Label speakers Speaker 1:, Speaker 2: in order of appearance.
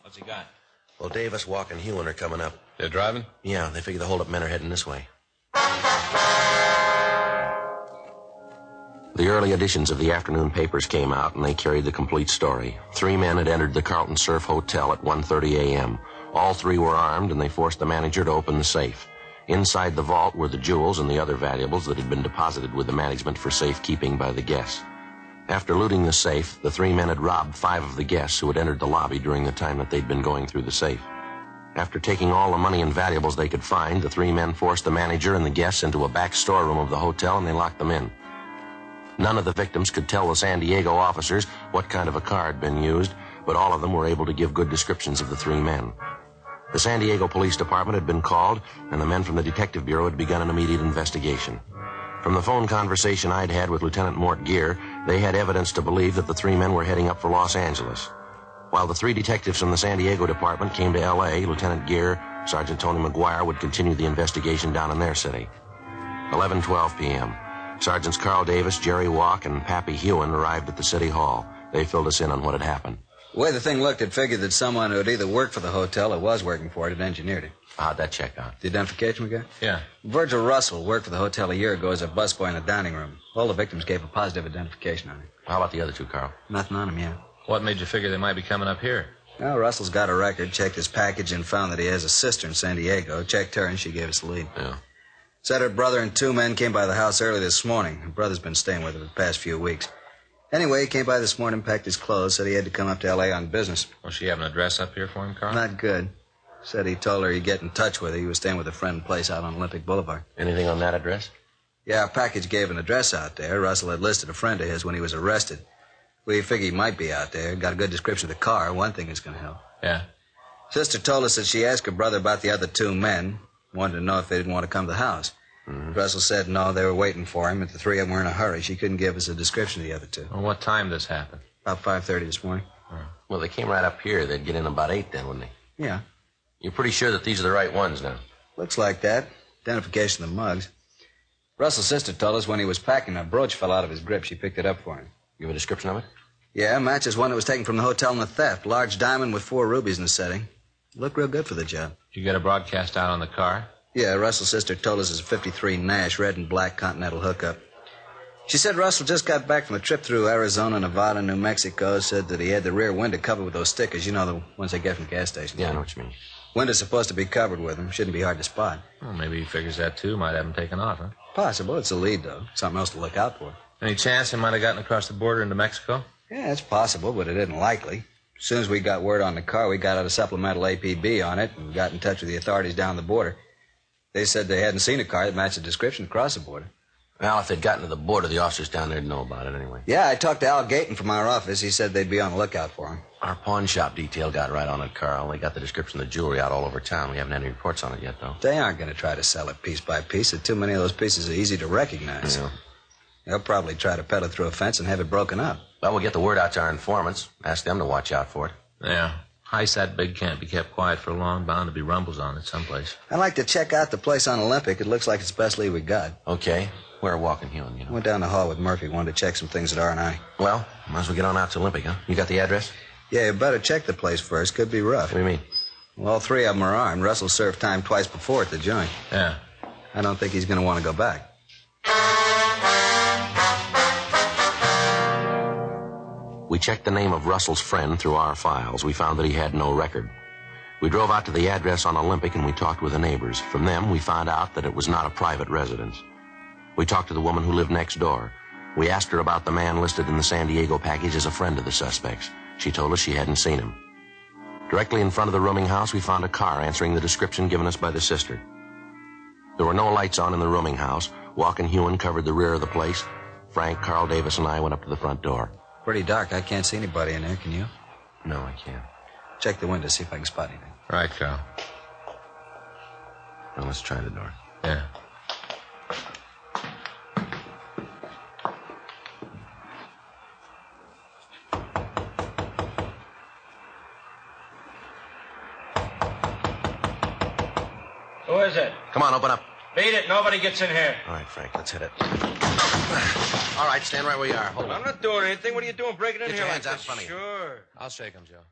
Speaker 1: What's he got?
Speaker 2: Well, Davis, Walk, and Hewen are coming up.
Speaker 3: They're driving?
Speaker 2: Yeah, they figure the holdup men are heading this way. The early editions of the afternoon papers came out, and they carried the complete story. Three men had entered the Carlton Surf Hotel at 1.30 a.m. All three were armed, and they forced the manager to open the safe. Inside the vault were the jewels and the other valuables that had been deposited with the management for safekeeping by the guests. After looting the safe, the three men had robbed five of the guests who had entered the lobby during the time that they'd been going through the safe. After taking all the money and valuables they could find, the three men forced the manager and the guests into a back storeroom of the hotel and they locked them in. None of the victims could tell the San Diego officers what kind of a car had been used, but all of them were able to give good descriptions of the three men. The San Diego Police Department had been called, and the men from the Detective Bureau had begun an immediate investigation. From the phone conversation I'd had with Lieutenant Mort Gear, they had evidence to believe that the three men were heading up for Los Angeles. While the three detectives from the San Diego Department came to L.A., Lieutenant Gear, Sergeant Tony McGuire would continue the investigation down in their city. 11:12 p.m. Sergeants Carl Davis, Jerry Walk, and Pappy Hewen arrived at the city hall. They filled us in on what had happened.
Speaker 4: The way the thing looked, it figured that someone who had either worked for the hotel or was working for it had engineered it.
Speaker 2: How'd that check out?
Speaker 4: The identification we got?
Speaker 3: Yeah.
Speaker 4: Virgil Russell worked for the hotel a year ago as a busboy in a dining room. All the victims gave a positive identification on him.
Speaker 2: How about the other two, Carl?
Speaker 4: Nothing on him yet.
Speaker 3: What made you figure they might be coming up here?
Speaker 4: Well, Russell's got a record, checked his package, and found that he has a sister in San Diego. Checked her, and she gave us the lead.
Speaker 2: Yeah.
Speaker 4: Said her brother and two men came by the house early this morning. Her brother's been staying with her for the past few weeks. Anyway, he came by this morning, packed his clothes, said he had to come up to L.A. on business.
Speaker 3: Was she having a dress up here for him, Carl?
Speaker 4: Not good. Said he told her he'd get in touch with her. He was staying with a friend place out on Olympic Boulevard.
Speaker 2: Anything on that address?
Speaker 4: Yeah, our package gave an address out there. Russell had listed a friend of his when he was arrested. We figure he might be out there. Got a good description of the car. One thing is going to help.
Speaker 3: Yeah.
Speaker 4: Sister told us that she asked her brother about the other two men. Wanted to know if they didn't want to come to the house. Russell said no, they were waiting for him. But the three of them were in a hurry. She couldn't give us a description of the other two.
Speaker 3: Well, what time this happened?
Speaker 4: About five thirty this morning.
Speaker 2: Well, they came right up here. They'd get in about eight then, wouldn't they?
Speaker 4: Yeah,
Speaker 2: You're pretty sure that these are the right ones now.
Speaker 4: looks like that. Identification of the mugs. Russell's sister told us when he was packing, a brooch fell out of his grip. She picked it up for him.
Speaker 2: You have a description of it?
Speaker 4: Yeah, matches one that was taken from the hotel in the theft. Large diamond with four rubies in the setting. Looked real good for the job.
Speaker 3: You got a broadcast out on the car?
Speaker 4: Yeah, Russell's sister told us it's a 53 Nash, red and black Continental hookup. She said Russell just got back from a trip through Arizona, Nevada, New Mexico. Said that he had the rear window covered with those stickers. You know, the ones they get from gas stations.
Speaker 2: Yeah, I know what you mean.
Speaker 4: Window's supposed to be covered with them. Shouldn't be hard to spot.
Speaker 3: Well, maybe he figures that too. Might have him taken off, huh?
Speaker 4: Possible. It's a lead, though. Something else to look out for.
Speaker 3: Any chance he might have gotten across the border into Mexico?
Speaker 4: Yeah, it's possible, but it isn't likely. As soon as we got word on the car, we got out a supplemental APB on it and got in touch with the authorities down the border. They said they hadn't seen a car that matched the description across the border.
Speaker 2: Well, if they'd gotten to the border, the officers down there'd know about it anyway.
Speaker 4: Yeah, I talked to Al Gayton from our office. He said they'd be on the lookout for him.
Speaker 2: Our pawn shop detail got right on it, Carl. They got the description of the jewelry out all over town. We haven't had any reports on it yet, though.
Speaker 4: They aren't going to try to sell it piece by piece. Too many of those pieces are easy to recognize.
Speaker 2: Yeah.
Speaker 4: They'll probably try to peddle it through a fence and have it broken up.
Speaker 2: Well, we'll get the word out to our informants. Ask them to watch out for it.
Speaker 3: Yeah. Heist that big can't be kept quiet for long. Bound to be rumbles on it someplace.
Speaker 4: I'd like to check out the place on Olympic. It looks like it's the best lead we got.
Speaker 2: Okay. We're walking healing, you
Speaker 4: I
Speaker 2: know.
Speaker 4: went down the hall with Murphy, wanted to check some things at R&I.
Speaker 2: Well, might as well get on out to Olympic, huh? You got the address?
Speaker 4: Yeah, you better check the place first. Could be rough.
Speaker 2: What do you mean?
Speaker 4: Well, all three of them are armed. Russell served time twice before at the joint.
Speaker 3: Yeah.
Speaker 4: I don't think he's going to want to go back.
Speaker 2: We checked the name of Russell's friend through our files. We found that he had no record. We drove out to the address on Olympic and we talked with the neighbors. From them, we found out that it was not a private residence. We talked to the woman who lived next door. We asked her about the man listed in the San Diego package as a friend of the suspects. She told us she hadn't seen him. Directly in front of the rooming house, we found a car answering the description given us by the sister. There were no lights on in the rooming house. Walk and Hewen covered the rear of the place. Frank, Carl Davis, and I went up to the front door.
Speaker 4: Pretty dark. I can't see anybody in there, can you?
Speaker 2: No, I can't.
Speaker 4: Check the window, see if I can spot anything.
Speaker 3: Right, Carl.
Speaker 2: Well, let's try the door.
Speaker 3: Yeah.
Speaker 1: Who is it?
Speaker 2: Come on, open up.
Speaker 1: Beat it. Nobody gets in here.
Speaker 2: All right, Frank, let's hit it. All right, stand right where you are. Hold on.
Speaker 1: not doing anything. What are you doing breaking in
Speaker 2: Get your hands out in front of you.
Speaker 1: Sure.
Speaker 3: I'll shake him, Joe.